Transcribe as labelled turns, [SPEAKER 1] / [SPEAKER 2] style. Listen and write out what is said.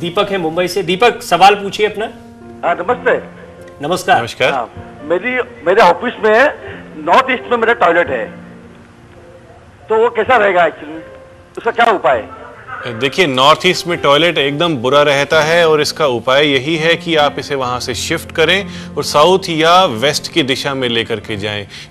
[SPEAKER 1] दीपक है मुंबई से दीपक सवाल पूछिए अपना
[SPEAKER 2] हाँ नमस्ते
[SPEAKER 1] नमस्कार
[SPEAKER 3] नमस्कार
[SPEAKER 2] हाँ मेरी मेरे ऑफिस में नॉर्थ ईस्ट में मेरा टॉयलेट है तो वो कैसा रहेगा एक्चुअली उसका क्या उपाय है
[SPEAKER 3] देखिए नॉर्थ ईस्ट में टॉयलेट एकदम बुरा रहता है और इसका उपाय यही है कि आप इसे वहां से शिफ्ट करें और साउथ या वेस्ट की दिशा में लेकर के जाएं